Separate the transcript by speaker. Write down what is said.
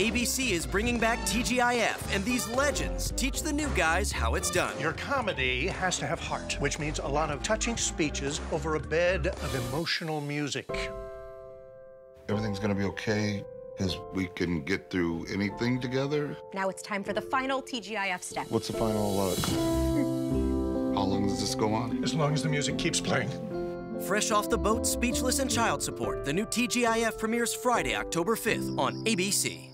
Speaker 1: ABC is bringing back TGIF, and these legends teach the new guys how it's done.
Speaker 2: Your comedy has to have heart, which means a lot of touching speeches over a bed of emotional music.
Speaker 3: Everything's gonna be okay because we can get through anything together.
Speaker 4: Now it's time for the final TGIF step.
Speaker 3: What's the final? Uh, how long does this go on?
Speaker 2: As long as the music keeps playing.
Speaker 1: Fresh off the boat, speechless, and child support, the new TGIF premieres Friday, October 5th on ABC.